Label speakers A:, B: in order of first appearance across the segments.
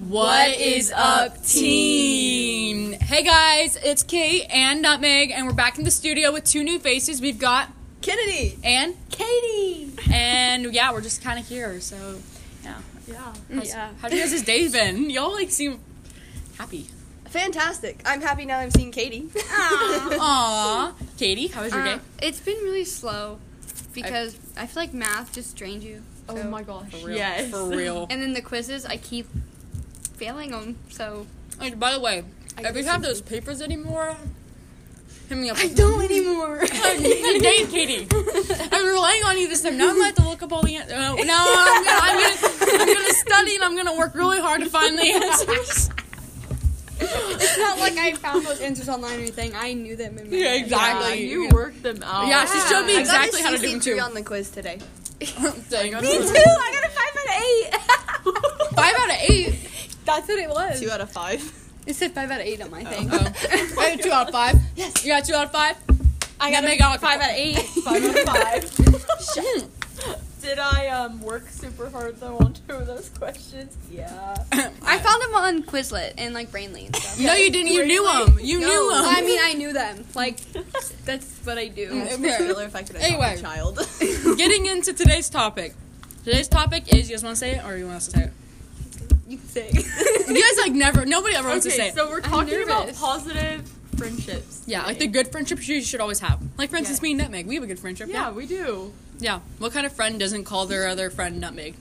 A: What is up, team? Hey guys, it's Kate and Nutmeg, and we're back in the studio with two new faces. We've got
B: Kennedy.
A: Anne,
B: Katie.
A: and yeah, we're just kind of here. So, yeah.
B: Yeah.
A: How's,
C: Yeah.
A: How you guys' this day been? Y'all like seem happy.
B: Fantastic. I'm happy now I'm seeing Katie.
A: Aw, Katie, how was your
C: Uh,
A: day?
C: it's been really slow because I, feel like math just drained you. so-
B: gosh.
A: For real. For real.
C: And then the quizzes, I keep failing them. So
A: And by the way,
C: I
A: if we
C: guess
A: have those papers anymore, hit me up.
B: don't anymore.
A: Dang, Katie. I'm relying on you this time. Now I'm gonna have to look up all the answers. no, I'm gonna, I'm, gonna, I'm gonna study and I'm gonna work really hard to find the answers.
C: it's not like I found those answers online or anything. I knew them in my
A: Yeah, exactly.
D: Yeah, you
A: Yeah.
D: worked them out.
A: Yeah, she showed me
B: I got a
A: exactly how to do them
B: CC3
A: too.
B: on the quiz today.
A: Dang, I
B: Me
A: was-
B: too. I got a 5 out of 8.
A: Five out of eight.
C: That's what it was.
D: out of five.
C: It said five out of eight on my thing.
A: Oh. I got two out of five. Yes. You got two out of five. I got, make out five out of eight.
D: Five out of five. Did I um work super hard though on two of those questions? Yeah.
C: I found them on Quizlet and like Brainly and stuff.
A: No, you didn't. You knew them. You
C: No,
A: knew them.
C: I mean, I knew them. Like that's what I do.
A: Mm. Okay.
D: fact that
A: Anyway.
D: a child.
A: Getting into today's topic. Today's topic is you guys want to say it or you want us to say it?
C: You can say.
A: You guys like never. Nobody ever wants to say
D: okay,
A: it.
D: so we're talking about
C: nervous.
D: positive friendships.
A: Yeah, like the
D: today.
A: good friendships you should always have. Like for instance,
D: Yeah.
A: me and Nutmeg, we have a good friendship.
D: Yeah, we do.
A: Yeah. What kind of friend doesn't call their other friend Nutmeg?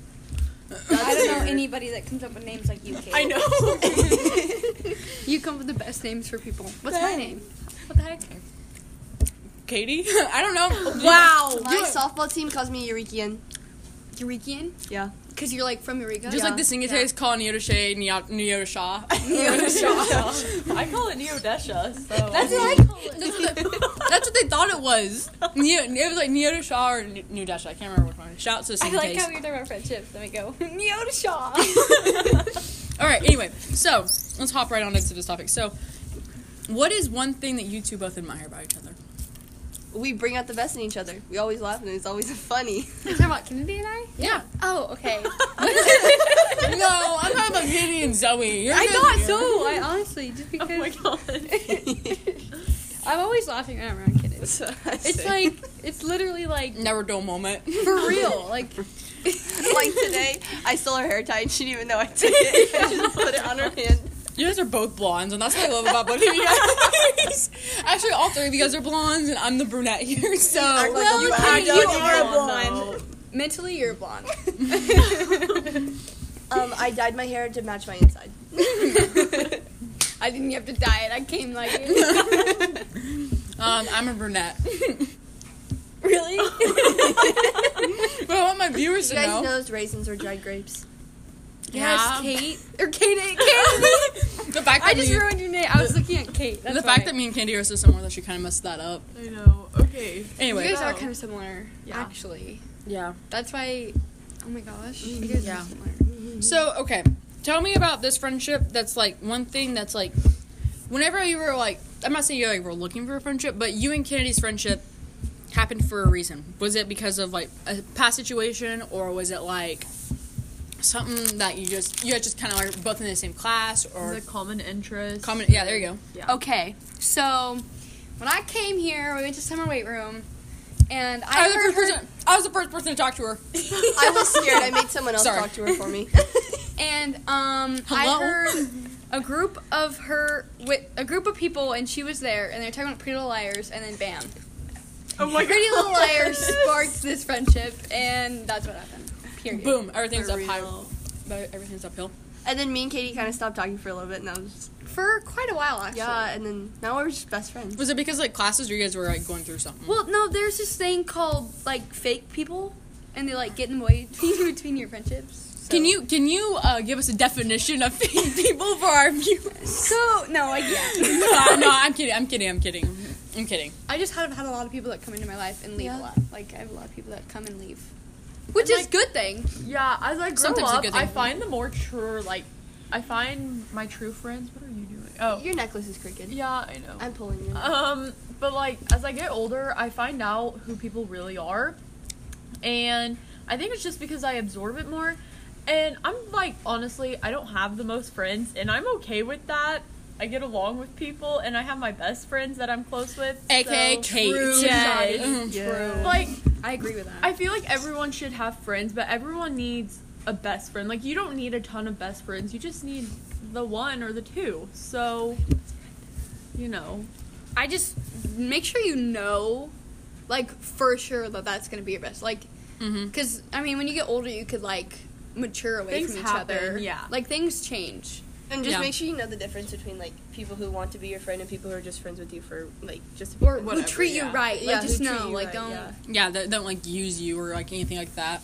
C: I don't know anybody that comes up with names like you. Kate.
D: I know.
C: You come up with the best names for people. What's my name?
A: What the heck? Katie? I don't know. Oh,
B: Wow.
C: My
B: softball team calls me Eurekian.
C: Eurekian?
B: Yeah.
C: Because you're like from Eureka.
A: Just
B: Yeah.
A: like the Singatays call Neodashe Neodasha.
D: I call it Neodesha. So
A: That's what I call it. That's what, they- that's what they thought it was. Neo, it was like Neodasha or Ne- Neodasha. I can't remember which one. Shout out to the
C: I like
A: Singatays.
C: how we were talking about friendships. Then we go, Neota Shaw.
A: All right, anyway. So let's hop right on into this topic. So, what is one thing that you two both admire about each other?
B: We bring out the best in each other. We always laugh and it's always funny.
C: You're talking about Kennedy and I?
A: Yeah.
C: Oh, okay.
A: no, I'm talking about Katie and Zoe. You're
C: I
A: good
C: thought
A: here.
C: so. I honestly, just because.
D: Oh my god.
C: I'm always laughing when I'm around Kennedy. It's like, it's literally like,
A: Never dull moment.
C: for real. Like,
B: like today, I stole her hair tie and she didn't even know I did it. I just put it on her hand.
A: You guys are both blondes, and that's what I love about both of you guys. Actually, all three of you guys are blondes, and I'm the brunette here, so.
B: Act like
C: Well,
B: you,
C: I
B: act
C: mean,
B: like
C: you
B: you're
C: are
B: blonde.
C: mentally, you're blonde.
B: Um, I dyed my hair to match my inside.
C: I didn't have to dye it. I came like it.
A: Um, I'm a brunette.
C: really?
A: But I want my viewers
B: You
A: to
B: guys
A: know.
B: know those raisins were dried grapes?
A: Yeah.
C: Yes, Kate. Or Kate. Kate.
A: The fact that,
C: I just
A: me,
C: ruined your name. I was looking at Kate. That's
A: the fact
C: why.
A: that me and Candy are so similar that she kind of messed that up.
D: I know. Okay.
A: Anyway.
C: You guys are
D: Oh.
C: kind of similar,
D: Yeah.
C: actually.
A: yeah.
C: That's why. Oh my gosh, you guys
A: Mm, Yeah.
C: are similar.
A: So, okay. Tell me about this friendship that's like one thing that's like. Whenever you were like. I'm not saying you like, were looking for a friendship, but you and Kennedy's friendship happened for a reason. Was it because of like a past situation, or was it like. Something that you just you guys just kind of like both in the same class or
D: The common interest.
A: common yeah there you go
D: Yeah.
C: Okay, so when I came here, we went to summer weight room, and
A: I,
C: I,
A: was the
C: heard
A: first
C: her,
A: person I was the first person to talk to her
B: I was scared. I made someone else
A: Sorry.
B: talk to her for me.
C: and um,
A: Hello?
C: I heard a group of her with a group of people, and she was there, and they're talking about Pretty Little Liars, and then bam,
D: Oh my
C: Pretty Little Liars sparked this friendship, and that's what happened. Period.
A: boom everything's
D: For
A: up high
D: real.
A: but everything's uphill
B: And then me and Katie kind of stopped talking for a little bit, and I was just,
C: For quite a while, actually.
B: yeah. And then now we're just best friends.
A: was it because like classes or you guys were like going through something
C: Well, no, there's this thing called like fake people, and they like get in the way between, between your friendships. So.
A: Can you can you uh, give us a definition of fake people for our viewers?
C: So no, I yeah.
A: no, no, I'm kidding. I'm kidding. I'm kidding. I'm kidding.
C: I just have had a lot of people that come into my life and leave
B: Yeah.
C: a lot. Like I have a lot of people that come and leave, which is good thing.
D: Yeah, as I grow
A: Sometimes a
D: up,
A: good
D: I
A: thing.
D: find the more true, like, I find my true friends. What are you doing? Oh,
B: Your necklace is crooked.
D: yeah, I know.
B: I'm pulling you.
D: Um, but like as I get older, I find out who people really are, and I think it's just because I absorb it more. And I'm like, honestly, I don't have the most friends, and I'm okay with that. I get along with people, and I have my best friends that I'm close with.
A: AKA
D: so-
A: Kate.
D: Yes.
A: Mhm.
B: True.
D: Like,
C: I agree with that.
D: I feel like everyone should have friends, but everyone needs a best friend. Like, you don't need a ton of best friends, you just need the one or the two. So, you know.
C: I just make sure you know, like for sure that that's gonna be your best. Like,
A: Mhm.
C: because I mean, when you get older, you could like mature away
D: Things
C: from each
D: happen,
C: other.
D: yeah.
C: like things change.
B: And just
A: Yeah.
B: make sure you know the difference between like people who want to be your friend and people who are just friends with you for like just to be
C: Or
B: friends.
C: who treat you
B: yeah.
C: right. Like,
B: Yeah,
C: just
B: who treat
C: know,
B: you
C: like
B: right,
C: don't.
B: yeah.
A: Yeah, that don't like use you or like anything like that.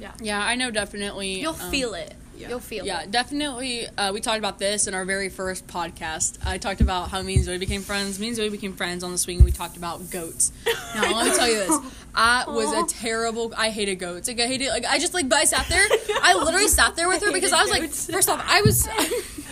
D: Yeah.
A: Yeah, I know definitely.
C: You'll
A: um,
C: feel it.
B: Yeah.
C: You'll feel
A: Yeah,
C: it.
A: definitely. Uh, we talked about this in our very first podcast. I talked about how me and Zoe became friends. Me and Zoe became friends on the swing. We talked about goats. Now, let me tell you this. I was a terrible. I hated goats. Like I hated. Like I just like. But I sat there. I literally sat there with her because I was like. First off, I was.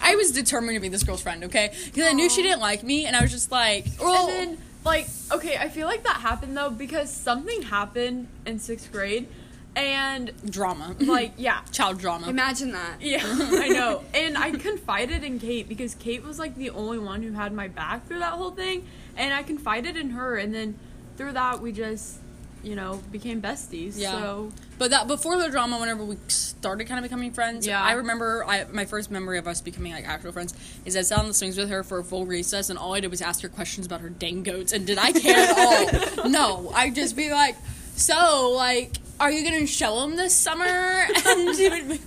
A: I was determined to be this girl's friend. Okay, because I knew she didn't like me, and I was just like. Well,
D: And then, like, okay, I feel like that happened though because something happened in sixth grade, and
A: drama.
D: like, yeah,
A: child drama.
C: Imagine that.
D: yeah, I know. And I confided in Kate because Kate was like the only one who had my back through that whole thing, and I confided in her, and then through that we just, you know, became besties.
A: Yeah.
D: So
A: But that before the drama, whenever we started kind of becoming friends,
D: Yeah.
A: I remember I, my first memory of us becoming like actual friends is I sat on the swings with her for a full recess, and all I did was ask her questions about her dang goats, and did I care at all? No, I'd just be like, "So, like, are you gonna show them this summer?" And she would be-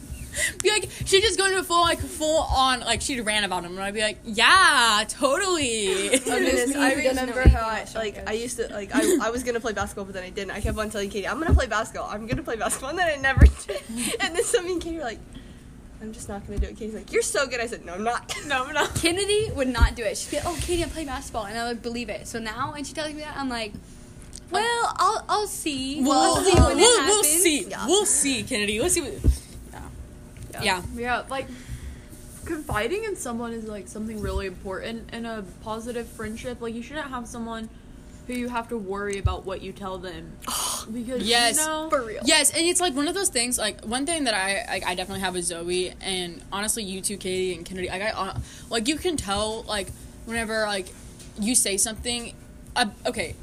A: be like, she'd just go into full like full on like she'd rant about them, and I'd be like, "Yeah, totally."
B: Oh, goodness, I remember how I like I used to like I, I was gonna play basketball but then I didn't. I kept on telling Katie, I'm gonna play basketball, I'm gonna play basketball and then I never did. And then something Katie were like, I'm just not gonna do it. Katie's like, You're so good. I said, No, I'm not.
D: no, I'm not.
C: Kennedy would not do it. She'd be like, "Oh, Katie, I play basketball," and I would believe it. So now, when she tells me that, I'm like, "Well, I'll I'll see.
A: We'll,
C: I'll
A: we'll,
C: see when it
A: we'll,
C: happens."
A: see.
B: Yeah.
A: We'll see, Kennedy. We'll see. What, yeah. yeah.
D: Yeah, like confiding in someone is like something really important in a positive friendship. Like you shouldn't have someone who you have to worry about what you tell them because
A: Yes.
D: you know
C: For real.
A: Yes, and it's like one of those things. Like one thing that I like, I definitely have with Zoe, and honestly, you too, Katie and Kennedy. Like I, uh, like you can tell like whenever like you say something. Uh, okay,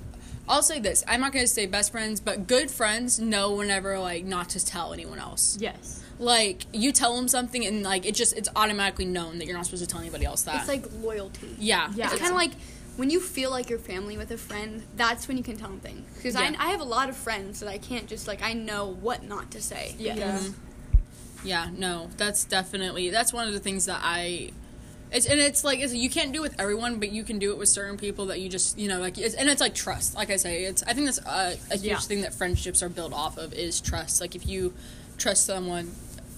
A: I'll say this. I'm not gonna say best friends, but good friends know whenever like not to tell anyone else.
D: Yes.
A: Like you tell them something, and like it just it's automatically known that you're not supposed to tell anybody else that.
C: It's like loyalty.
A: yeah,
D: Yeah.
C: It's kind of like when you feel like you're family with a friend, that's when you can tell them things. Because
A: Yeah.
C: I, I have a lot of friends that I can't just, like, I know what not to say.
D: Yes.
B: Mm-hmm.
A: Yeah, no, that's definitely that's one of the things that I. It's and it's like it's, you can't do it with everyone, but you can do it with certain people that you just you know like it's, and it's like trust. Like I say, it's I think that's a, a huge
D: Yeah.
A: thing that friendships are built off of is trust. Like if you trust someone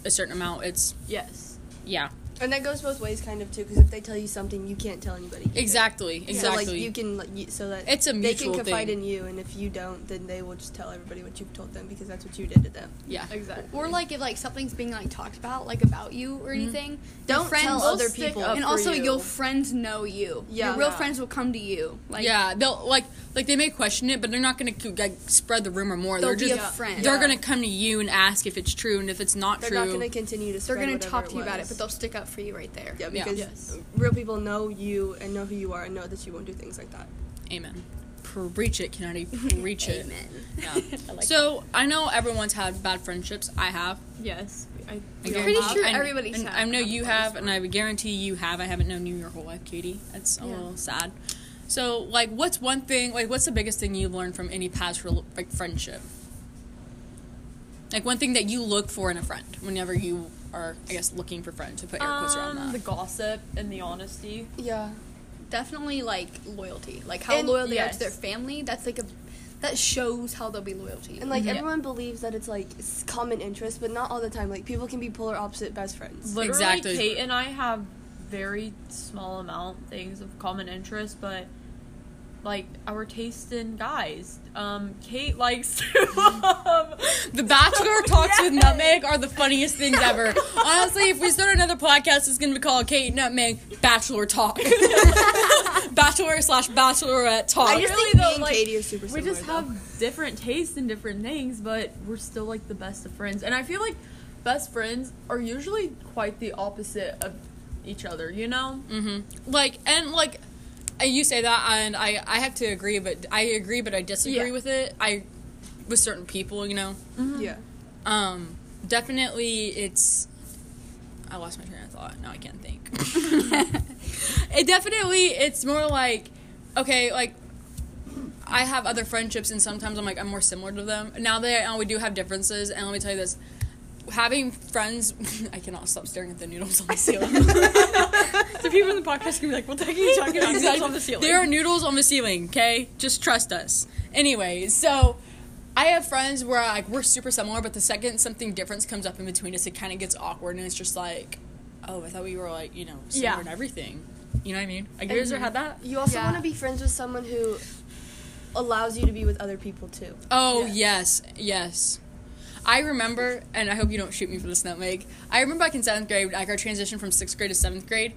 A: a certain amount, it's
D: Yes.
A: yeah,
B: And that goes both ways kind of too, because if they tell you something you can't tell anybody. either.
A: exactly, exactly.
B: So like you can like, you, so that
A: It's a
B: they can
A: mutual
B: confide
A: thing.
B: in you and if you don't then they will just tell everybody what you've told them because that's what you did to them.
A: yeah,
D: Exactly.
C: Or, like, if, like, something's being, like, talked about, like, about you or anything, your
B: Don't
C: friends,
B: tell
C: will
B: other
C: stick
B: people
C: up And
B: for
C: also,
B: you.
C: your friends know you.
B: Yeah.
C: Your real
B: Yeah.
C: friends will come to you. Like,
A: yeah. They'll like like they may question it, but they're not going to like spread the rumor more.
C: They'll
A: are
C: be
A: just
C: a friend.
A: they're
B: Yeah.
A: going to come to you and ask if it's true, and if it's not
B: They're
A: true,
B: not gonna continue to
C: They're
B: spread
C: going to
B: whatever
C: talk to you about it,
B: was.
C: but they'll stick up for you right there.
B: Yeah,
A: Yeah.
B: because
D: Yes.
B: real people know you and know who you are and know that you won't do things like that.
A: Amen. Preach it, Kennedy. Preach it.
C: Amen.
A: Yeah. so I know everyone's had bad friendships. I have.
D: Yes. I,
A: I
D: we
C: guarantee-
D: all
C: Pretty
A: have.
C: sure
A: And-
C: everybody's
A: and
C: had
A: I know
C: bad
A: you
C: friends.
A: have, and I would guarantee you have. I haven't known you your whole life, Katie. That's a
D: Yeah.
A: little sad. So, like, what's one thing? Like, what's the biggest thing you've learned from any past rel- like friendship? Like one thing that you look for in a friend whenever you are, I guess, looking for friends to put air quotes around
D: Um,
A: that.
D: the gossip and the honesty.
B: Yeah.
C: Definitely, like, loyalty. Like, how
D: And-
C: loyal they are
D: yes.
C: to their family. That's, like, a... That shows how they'll be loyal to you.
B: And like
A: Mm-hmm. Yeah.
B: everyone believes that it's like s- common interest, but not all the time. Like people can be polar opposite best friends.
D: Literally,
A: Exactly.
D: Kate and I have very small amount things of common interest, but like our taste in guys. Um, Kate likes to. um,
A: The Bachelor talks with Nutmeg are the funniest things ever. Honestly, if we start another podcast, it's gonna be called Kate Nutmeg Bachelor Talk. bachelor slash Bachelorette Talk.
B: I just
D: Really
B: think
D: though,
B: me and
D: like,
B: Katie are super
D: we
B: similar.
D: just
B: though.
D: have different tastes and different things, but we're still like the best of friends. And I feel like best friends are usually quite the opposite of each other, you know?
A: Mm-hmm. Like and like, and you say that, and I I have to agree, but I agree, but I disagree
D: Yeah.
A: with it. I with certain people, you know.
B: Yeah.
A: Um, definitely, it's. I lost my train of thought. Now I can't think. it definitely, it's more like, okay, like. I have other friendships, and sometimes I'm like I'm more similar to them. Now that I know we do have differences, and let me tell you this: having friends, I cannot stop staring at the noodles on the ceiling.
E: The people in the podcast can be like, "What the heck are you talking about?" It's on the ceiling.
A: There are noodles on the ceiling, okay? Just trust us. Anyway, so I have friends where like we're super similar, but the second something different comes up in between us, it kind of gets awkward, and it's just like, oh, I thought we were like you know similar
D: Yeah.
A: in everything. You know what I mean? Like, have you ever
E: Mm-hmm.
A: had that?
B: You also
C: Yeah.
B: want to be friends with someone who allows you to be with other people too.
A: Oh yes, yes. I remember, and I hope you don't shoot me for this, Nutmeg. I remember back in seventh grade, like our transition from sixth grade to seventh grade.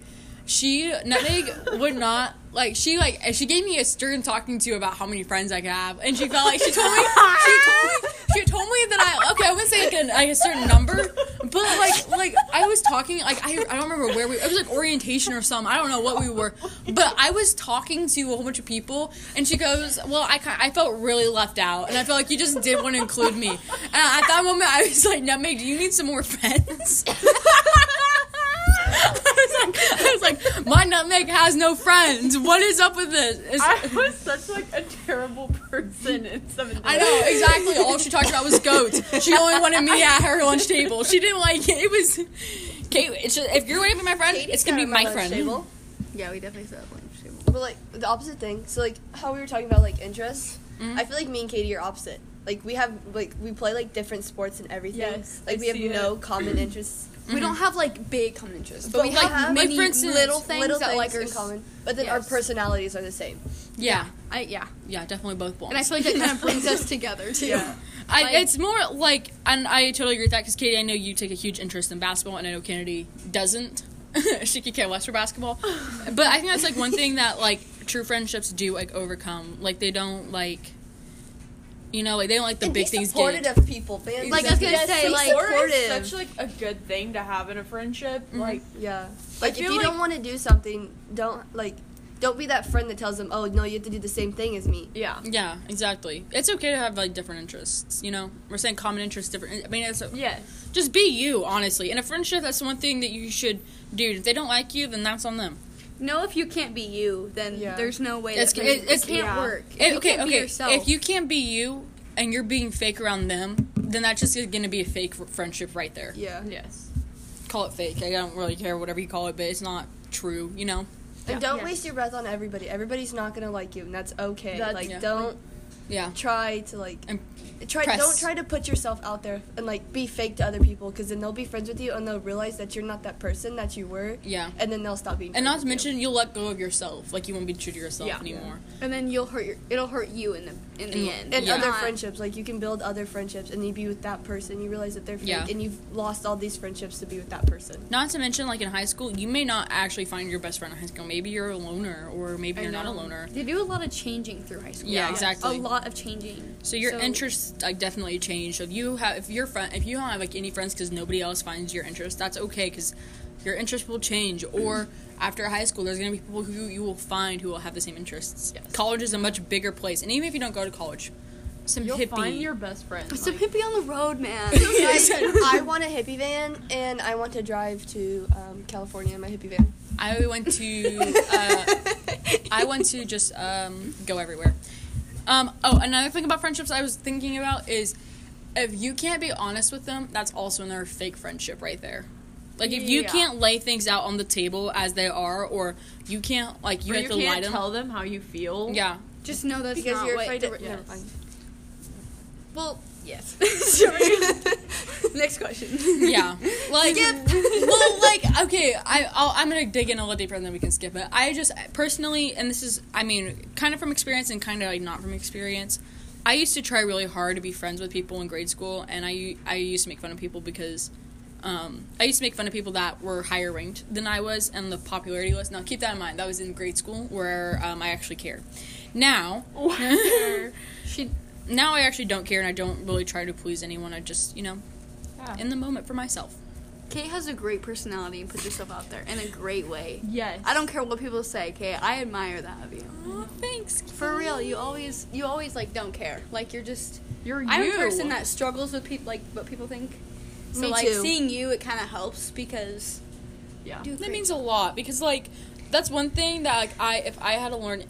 A: She Nutmeg would not like she like she gave me a stern talking to about how many friends I could have, and she felt like she told me she told me she told me that I okay I wouldn't say like, an, like a certain number, but like like I was talking like I I don't remember where we it was like orientation or something I don't know what we were, but I was talking to a whole bunch of people and she goes well I ki- I felt really left out and I felt like you just didn't want to include me and at that moment I was like Nutmeg do you need some more friends? I was like, I was like, my nutmeg has no friends. What is up with this? It's-
D: I was such like a terrible person in seventh
A: I know exactly. All she talked about was goats. She only wanted me at her lunch table. She didn't like it. It was Kate. It's just, if you're waiting for my friend, it's gonna be my friend.
C: Yeah, we definitely said lunch table.
B: But like the opposite thing. So like how we were talking about like interests.
A: Mm-hmm.
B: I feel like me and Katie are opposite. Like we have like we play like different sports and everything.
D: Yes,
B: like
D: I
B: we have
D: see
B: no common interests.
C: We don't have like big common interests, but,
B: But
C: we
B: we
C: have,
B: have, like,
C: many
A: for instance,
C: little things
B: Little
C: that
B: things
C: like are
B: in
C: s-
B: common, but then our
C: yes.
B: personalities are the same.
A: Yeah,
C: I, yeah,
A: yeah, definitely both blondes.
C: and I feel like that kind of brings us together too.
D: Yeah.
A: I,
C: like-
A: it's more like, and I totally agree with that because Katie, I know you take a huge interest in basketball, and I know Kennedy doesn't. she could care less for basketball, but I think that's like one thing that like true friendships do like overcome. Like they don't like, you know, like they don't like the
B: and
A: big
B: be
A: things.
B: supportive
A: Get.
B: of people, man.
C: Like, I was gonna
D: Yes,
C: say, like,
D: support is
B: supportive.
D: such like a good thing to have in a friendship. Like
B: yeah. Like if
D: feel
B: you don't want to do something, don't like don't be that friend that tells them, "Oh, no, you have to do the same thing as me."
D: yeah.
A: Yeah, exactly. It's okay to have like different interests. You know, we're saying common interests, different. I mean, it's
D: Yes.
A: just be you, honestly. In a friendship, that's one thing that you should do. If they don't like you, then that's on them.
C: No, if you can't be you, then
B: Yeah.
C: there's no way.
A: It's-
C: that
A: it-
C: it,
A: it's-
C: can't
D: yeah.
C: work. If
A: If-
C: you
A: okay,
C: can't Be
A: okay.
C: yourself,
A: If you can't be you and you're being fake around them, then that's just going to be a fake r- friendship right there.
B: Yeah.
D: Yes.
A: Call it fake. I don't really care whatever you call it, but it's not true. You know.
B: And don't
D: Yes.
B: waste your breath on everybody. Everybody's not gonna like you, and that's okay.
D: That's-
B: like,
A: Yeah.
B: don't
A: Yeah.
B: try to like
A: And
B: try.
A: press.
B: Don't try to put yourself out there and like be fake to other people, because then they'll be friends with you and they'll realize that you're not that person that you were,
A: yeah.
B: and then they'll stop being.
A: And not
B: friends
A: to
B: with you.
A: mention, you'll let go of yourself. Like you won't be true to yourself
D: Yeah.
A: anymore.
C: and then you'll hurt your, it'll hurt you in the in the
A: And-
C: end.
B: and
A: Yeah.
B: other
C: Not-
B: friendships, like you can build other friendships, and you be with that person. You realize that they're fake,
A: Yeah.
B: and you've lost all these friendships to be with that person.
A: Not to mention, like in high school, you may not actually find your best friend in high school. Maybe you're a loner, or maybe
C: I
A: you're not a
C: know.
A: loner.
C: They do a lot of changing through high school.
A: Yeah, exactly.
C: A lot of changing.
A: So your interests like definitely change. So if you have if your friend if you don't have like any friends because nobody else finds your interest, that's okay because your interest will change.
D: Mm.
A: Or after high school, there's gonna be people who you will find who will have the same interests.
D: Yes.
A: College is a much bigger place, and even if you don't go to college, some
D: You'll
A: hippie.
D: find your best friend.
C: It's a
D: like-
C: hippie on the road, man.
B: Guys, I want a hippie van, and I want to drive to um, California in my hippie van.
A: I went to uh, I want to just um, go everywhere. Um, oh, another thing about friendships I was thinking about is if you can't be honest with them, that's also another fake friendship right there. Like if you
D: Yeah.
A: can't lay things out on the table as they are, or you can't like you
D: or
A: have
D: you
A: to lie
D: can't
A: to them.
D: tell them how you feel.
A: Yeah,
C: Just know that's
B: because
C: not
B: you're
C: what
B: afraid
C: the
B: to.
C: re-
B: never
D: yes.
B: mind.
C: Well, yes. Sorry. Next question.
A: yeah. Like, well, like, okay, I, I'll, I'm gonna dig in a little deeper and then we can skip it. I just personally, and this is, I mean, kind of from experience and kind of like not from experience. I used to try really hard to be friends with people in grade school, and I, I used to make fun of people because. Um, I used to make fun of people that were higher ranked than I was and the popularity list. Now, keep that in mind. That was in grade school where um, I actually cared. Now,
D: Or-
A: now I actually don't care and I don't really try to please anyone. I just, you know,
D: Yeah.
A: in the moment for myself.
C: Kate has a great personality and puts herself out there in a great way.
D: Yes.
C: I don't care what people say, Kate. I admire that of you.
A: thanks.
C: For real, you always you always like don't care. Like you're just
D: You're
C: I'm
D: you.
C: a person that struggles with people like what people think. So
B: Me
C: like
B: too.
C: seeing you, it kind of helps because
D: Yeah.
C: you do
A: That
C: great.
A: means a lot because like that's one thing that like I if I had to learn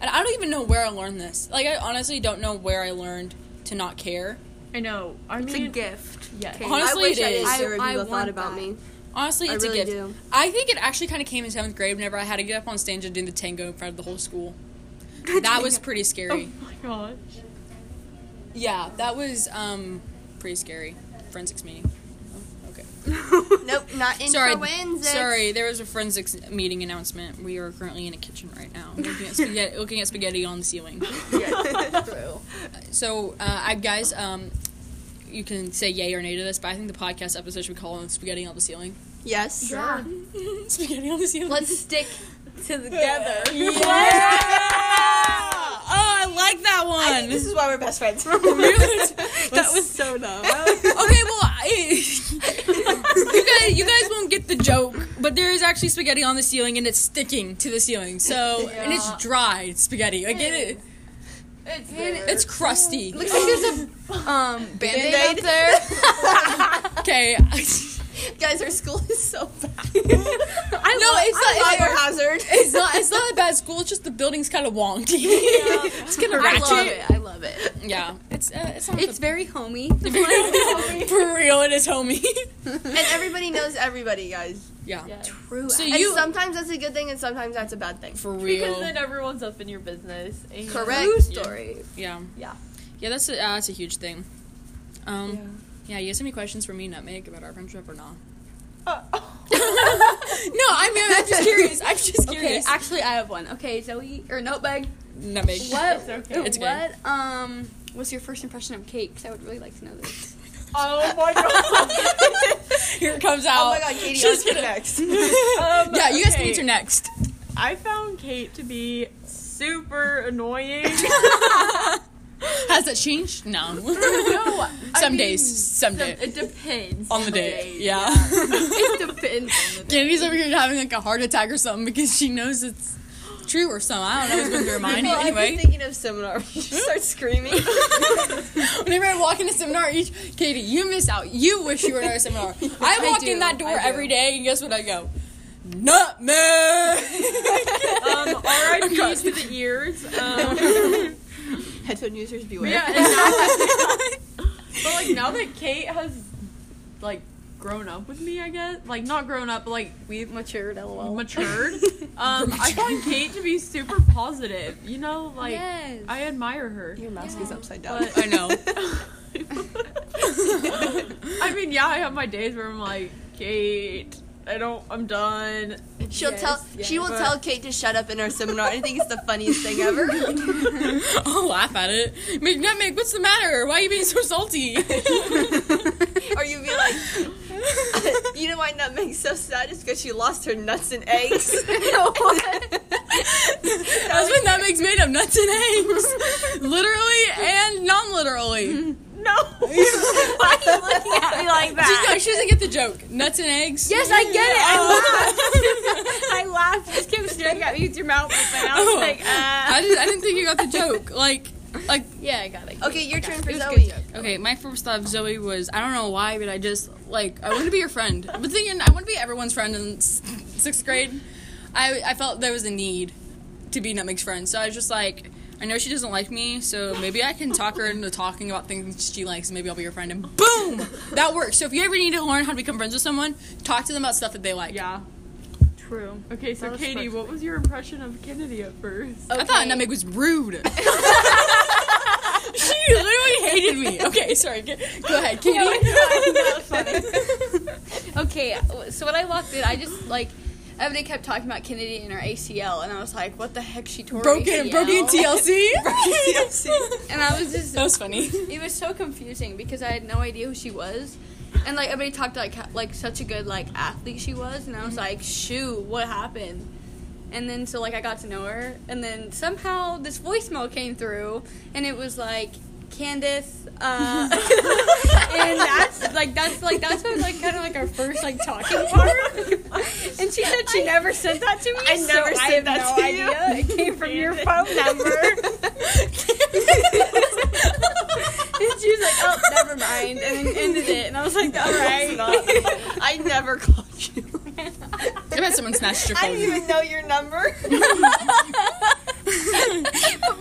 A: and I don't even know where I learned this. Like I honestly don't know where I learned to not care.
D: I know. I
B: It's a
D: mean,
B: gift.
D: Yes. Oh
B: Okay.
A: Honestly,
B: I wish
A: it
B: I
A: is.
B: didn't care
C: I-
B: what
C: I
B: people thought
C: want
B: about
C: that.
B: me.
A: Honestly,
B: I
A: it's
B: really
A: a gift.
B: do.
A: I think it actually kind of came in seventh grade whenever I had to get up on stage and do the tango in front of the whole school. That was pretty
D: Oh
A: scary.
D: my gosh.
A: Yeah, that was um pretty scary. Forensics meeting. Oh, Okay.
B: Nope, not in
A: Sorry.
B: for Wednesday.
A: Sorry, there was a forensics meeting announcement. We are currently in a kitchen right now, looking at spaghetti, looking at spaghetti on the ceiling. So, uh, I guys, um, you can say yay or nay to this, but I think the podcast episode should be called "Spaghetti on the Ceiling."
B: Yes.
D: Yeah.
A: spaghetti on the ceiling.
C: let's stick together.
A: Oh, I like that
B: I think
A: one.
B: this is why we're best friends.
A: that was
B: so dumb.
A: okay. Well, I, you guys, you guys won't get the joke, but there is actually spaghetti on the ceiling, and it's sticking to the ceiling. So, and it's
D: Yeah.
A: dry spaghetti. I get it.
D: It's
A: It's crusty.
C: Looks like there's a um, band-aid, up
B: Band-Aid.
C: there.
A: Okay.
B: Guys, our school is so bad.
A: I know it's not. it's-
B: Fire hazard.
A: It's not. It's not a bad school. It's just the building's kind of wonky. it's kind of
C: I love
A: ratchet.
C: it. I love it.
A: Yeah. It's. Uh, it's. Not
C: It's very homey.
A: the- for real. It is homie.
B: And everybody knows everybody, guys.
A: yeah.
C: True.
A: So
B: And
A: you
B: sometimes that's a good thing, and sometimes that's a bad thing.
A: for
D: Because
A: real.
D: then everyone's up in your business. and-
B: Correct.
A: Yeah.
D: Yeah.
A: Yeah. That's a, uh, that's a huge thing. Um. Yeah. You guys have any questions for me, Nutmeg, about our friendship or not?
D: Uh,
A: no, I mean I'm just curious. I'm just
C: Okay,
A: curious.
C: actually, I have one. Okay, Zoe or Notebag.
A: Nutmeg.
C: What?
D: okay.
A: It's good.
C: what? Um, was your first impression of Kate? 'Cause I would really like to know this.
D: Oh my god.
A: Here it comes out.
B: Oh my god, Katie,
A: She's
B: She's on to next.
D: Um,
A: yeah. You guys can
D: okay.
A: answer next.
D: I found Kate to be super annoying.
A: Has that changed? No. some days. Some days.
D: It depends.
A: on the day. Yeah.
D: It depends on the day.
A: Candy's over here having like a heart attack or something because she knows it's true or something. I don't know what's going through her mind.
B: Well, I've been
A: Anyway,
B: thinking of seminar. She starts screaming.
A: whenever I walk into seminar, each Katie, you miss out. You wish you were at a seminar. I walk in
C: do,
A: that door
C: I do.
A: every day, and guess what I go? Nutmeg.
D: Um, RIP to the ears. Um,
B: Headphone users beware.
D: yeah, and now, but like now that Kate has like grown up with me, I guess like not grown up, but like we've
C: Matured, lol.
D: matured. Um, I find Kate to be super positive. You know, like
C: yes.
D: I admire her.
B: Your mask is upside down.
D: But-
A: I know.
D: I mean, yeah, I have my days where I'm like, Kate, I don't, I'm done.
B: She'll
C: Yes,
B: tell. she
C: yes.
B: will
D: But-
B: tell Kate to shut up in our seminar. I think it's the funniest thing ever.
A: I'll laugh at it. Make Nutmeg, what's the matter? Why are you being so salty?
B: or you'd be like, you know why Nutmeg's so sad? It's because she lost her nuts and eggs.
A: That's what Nutmeg's made of nuts and eggs. literally and non literally.
D: No! Why are you looking at me like
A: She, no, she doesn't get the joke. Nuts and eggs.
C: yes, I get it. I
D: I laughed. Just kept staring at me with your mouth open. I
A: was
D: was
A: Oh. like,
D: like, uh,
A: I, just, I didn't think you got the joke. Like, like
C: love. yeah, I got it.
B: okay, your turn for
C: It was a
B: Zoe.
C: good joke.
A: okay, my first thought of Zoe was I don't know why, but I just like I want to be your friend. I've been thinking I want to be everyone's friend in s- sixth grade. I I felt there was a need to be Nutmeg's friend, so I was just like. I know she doesn't like me, so maybe I can talk her into talking about things she likes. Maybe I'll be your friend, and boom, that works. So if you ever need to learn how to become friends with someone, talk to them about stuff that they like.
D: yeah. True. Okay, so
C: was
D: Katie,
C: perfect.
D: what was your impression of Kennedy at first?
A: I thought Nutmeg was rude. she literally hated me. Okay, sorry. Go go ahead, Katie.
C: Okay, so when I walked in, I just like everybody kept talking about Kennedy and her ACL, and I was like, what the heck? She tore her
A: broken,
C: ACL.
A: broken TLC.
C: And I was just
A: that was funny.
C: it was so confusing because I had no idea who she was, and like everybody talked like ha- like such a good like athlete she was, and I was like, shoot, what happened? And then so like I got to know her, and then somehow this voicemail came through, and it was like, Candace, uh, and that's like that's like that's what was like kind of like our first like talking part. and she said she never sent that to me. I never so said I have that no to idea. It came from your phone number. and she was like, "Oh, never mind," and then ended it. And I was like, "All right."
B: I never called you.
A: I bet someone smashed your
B: I didn't
A: phone.
B: even know your number.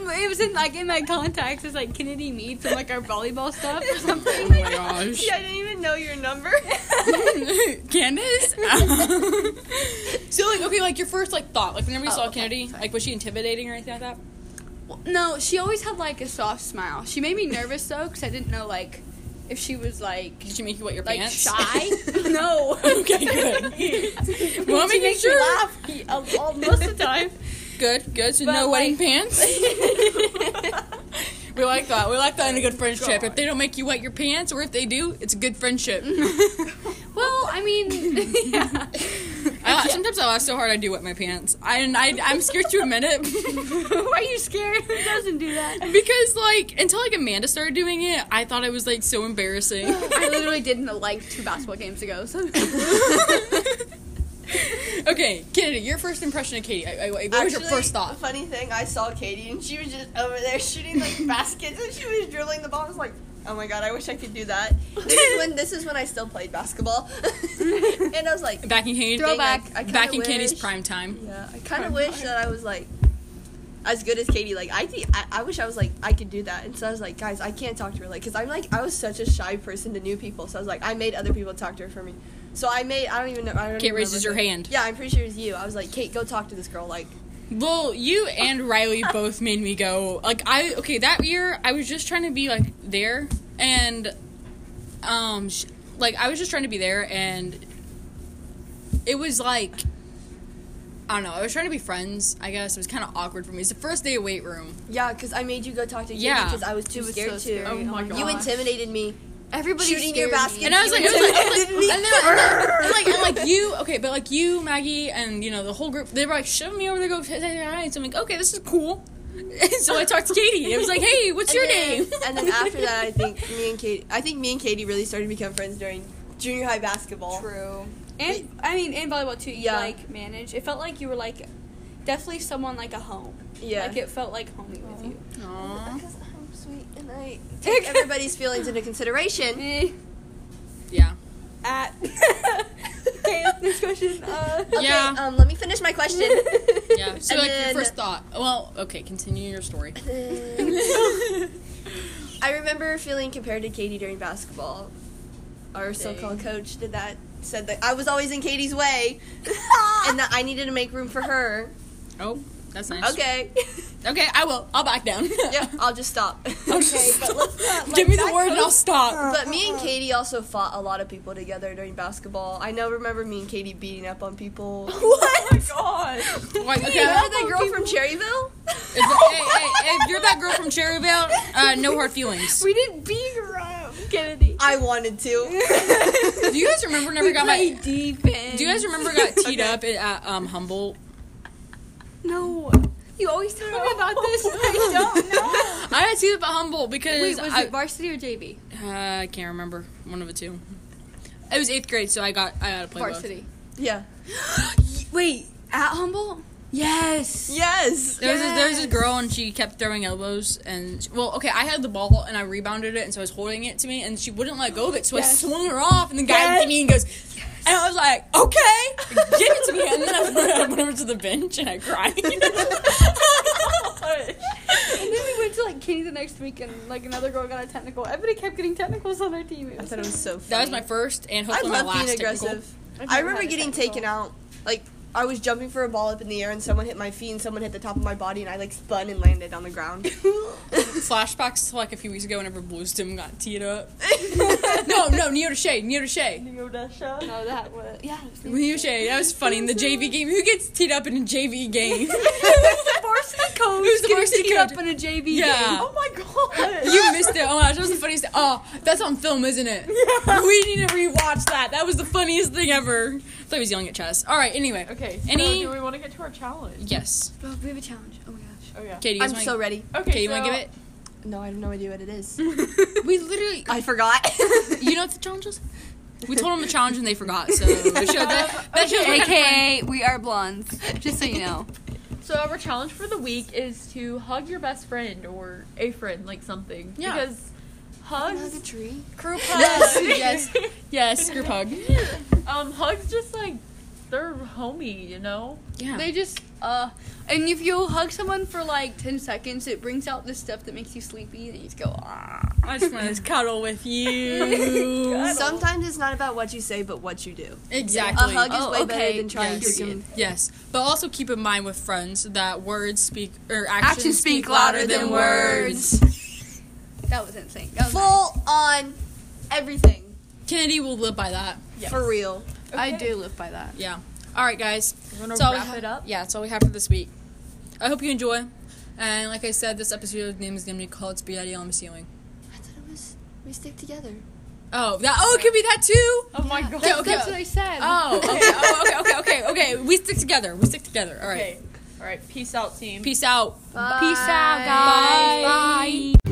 C: it was in like in my contacts. It's like Kennedy Mead from like our volleyball stuff or something.
A: Oh my gosh.
B: Yeah, I didn't even know your number.
A: Candace? so, like, okay, like your first like thought, like whenever you saw Kennedy, like was she intimidating or anything like that?
C: No, she always had like a soft smile. She made me nervous though because I didn't know like if she was like
A: Did she make you wet your
C: like
A: pants?
C: shy. no,
A: okay, good. well, I'm
C: she
A: making
C: makes
A: sure.
C: me laugh he- uh, all- most of the time.
A: Good, good. So
C: But,
A: no wedding
C: like-
A: pants. we like that. We like that in a good friendship. If they don't make you wet your pants, or if they do, it's a good friendship.
C: well, I mean, yeah.
A: I, laugh- sometimes I laugh so hard I do wet my pants. I, and I, I'm scared to admit it.
C: Why are you scared? Who doesn't do that?
A: Because like until like Amanda started doing it, I thought it was like so embarrassing.
C: I literally did not like two basketball games ago. So
A: Okay, Kennedy, your first impression of Katie. I, I, what was your
B: Actually,
A: first thought?
B: the Funny thing, I saw Katie and she was just over there shooting like baskets and she was dribbling the ball. I was like, oh my god, I wish I could do that. This is when this is when I still played basketball, and I was like,
A: Back in Katie,
B: Throw-
A: back,
B: Throwback. I kinda
A: in Katie's
B: wish-
A: prime time.
B: yeah, I kind of wish that I was like as good as Katie. Like I think I, I wish I was like I could do that. And so I was like, guys, I can't talk to her like because I'm like I was such a shy person to new people. So I was like, I made other people talk to her for me. So I made I don't even know. I don't
A: Kate
B: even
A: raises
B: remember
A: her
B: who-
A: hand.
B: Yeah, I'm pretty sure it was you. I was like, Kate, go talk to this girl. Like
A: Well, you and Riley both made me go. Like I okay that year, I was just trying to be like there, and um, sh- like I was just trying to be there, and it was like I don't know. I was trying to be friends. I guess it was kind of awkward for me. It's the first day of weight room.
B: Yeah, because I made you go talk to Katie
A: Yeah.
B: because I was too
C: was
B: scared
C: so
B: to.
C: scary.
D: Oh my
B: You
D: gosh.
B: intimidated me.
C: everybody's
B: Shooting your basket.
A: And I was like, I was like, I was
B: me.
A: like, and then, and like, and like you, okay, but like you, Maggie, and you know the whole group, they were like shoving me over to go. So I'm like, okay, this is cool. And so I talked to Katie. It was like, hey, what's your
B: and then,
A: name?
B: and then after that, I think me and Katie. I think me and Katie really started to become friends during junior high basketball.
C: True. And I mean, and volleyball too. You
B: Yeah.
C: like manage. It felt like you were like definitely someone like a home.
B: Yeah.
C: Like it felt like homey with you.
B: Because I'm sweet and I take everybody's feelings into consideration.
C: Eh,
A: Yeah.
C: At. okay, next question. Uh,
B: Okay,
A: Yeah.
B: um, let me finish my question.
A: Yeah. So
B: And
A: like
B: then-
A: your first thought. Well, okay, continue your story.
B: I remember feeling compared to Katie during basketball. Our so-called coach did that. Said that I was always in Katie's way, and that I needed to make room for her.
A: Oh, that's nice.
B: Okay.
A: Okay, I will. I'll back down.
B: yeah, I'll just stop.
A: Okay, but let's Give me the word and I'll stop.
B: But me and Katie also fought a lot of people together during basketball. I know, remember me and Katie beating up on people. Oh What?
A: Like, okay,
B: You remember that girl from Cherryville?
A: if, hey, hey, if you're that girl from Cherryville, uh, no hard feelings.
C: we didn't beat her up, Kennedy.
B: I wanted to.
A: Do you guys remember whenever I got my?
C: Play defense.
A: Do you guys remember I got teed up at uh, um, Humboldt?
C: No. You always tell me about this.
A: I got teed up at Humboldt because
C: Wait, was
A: I,
C: it varsity or JV?
A: Uh, I can't remember. One of the two. It was eighth grade, so I got I got to play both.
C: Varsity.
B: yeah.
C: Wait, at Humboldt? Yes.
B: Yes.
A: There was, this, there was this girl and she kept throwing elbows and she- well okay I had the ball and I rebounded it and so I was holding it to me and she wouldn't let go of it so I swung her off and the guy looked at me and goes and I was like okay give it to me and then I went, I went over to the bench and I cried
C: And then we went to like Kenny the next week, and like another girl got a technical. Everybody kept getting technicals on our team. It
B: I
C: was
B: thought it was so funny.
A: that was my first and
B: I
A: hopefully my
B: love
A: last
B: being
A: technical.
B: aggressive.
C: I've
B: I
C: never
B: remember
C: had a
B: getting
C: technical.
B: taken out. Like I was jumping for a ball up in the air and someone hit my feet and someone hit the top of my body and I like spun and landed on the ground.
A: flashbacks to like a few weeks ago whenever Bluestem got teed up no no Neo Deshay Neo Deshay
C: no, that was yeah. It was
A: With you, Shay, that was funny. In the JV game, who gets teed up in a JV game?
C: the varsity coach.
A: Who's the
C: getting
A: varsity
C: teed
A: coach?
C: up in a JV
A: Yeah.
C: game.
A: Oh
C: my god.
A: you missed it. Oh my gosh, that was the funniest. Oh, that's on film, isn't it? We need to rewatch that. That was the funniest thing ever. I thought he was yelling at Chess. All right. Anyway.
D: Okay. So
A: Any-
D: do we want to get to our challenge?
A: Yes.
C: Bro, we have a challenge. Oh my gosh.
D: Oh yeah.
A: Katie, you guys
B: I'm
A: wanna-
B: so ready.
D: Okay.
A: Katie, you
D: so
A: want to give it?
B: No, I have no idea what it is.
A: We literally,
B: I forgot.
A: you know what the challenge was? We told them the challenge and they forgot. So that showed that, that showed what kind of friend-
F: AKA, we are blondes. Just so you know.
D: So our challenge for the week is to hug your best friend or a friend, like something.
A: Yeah.
D: Because hugs,
F: tree.
D: group
A: Yes,
D: hugs,
A: yes, yes. Group hug.
D: um, hugs just like they're homie, you know.
A: Yeah.
C: They just uh, and if you hug someone for like ten seconds, it brings out this stuff that makes you sleepy, and you just go ah.
E: I just want to cuddle with you.
B: Sometimes it's not about what you say, but what you do.
A: Exactly.
B: A hug is
F: Oh,
B: way better
F: okay.
B: than trying
A: Yes.
B: to com-
A: Yes, but also keep in mind with friends that words speak or actions,
F: Actions speak louder than words.
C: That was insane. That was
B: full on everything
A: Kennedy will live by that.
B: for real.
F: I do live by that.
A: Yeah. All right, guys.
D: We're gonna
A: That's all we
D: wrap
A: ha-
D: it up.
A: Yeah, that's all we have for this week. I hope you enjoy. And like I said, this episode's name is gonna be called "Spaghetti on the Ceiling."
F: I thought it was we stick together.
A: Oh, that. Oh, it could be that too.
D: Oh my god.
A: Okay,
C: nice.
A: okay.
C: That's what I said.
A: Oh, okay, oh, okay, okay, okay, okay. We stick together. We stick together. All right.
D: All right. Peace out, team.
A: Peace out.
F: Bye.
A: Peace out, guys. Bye.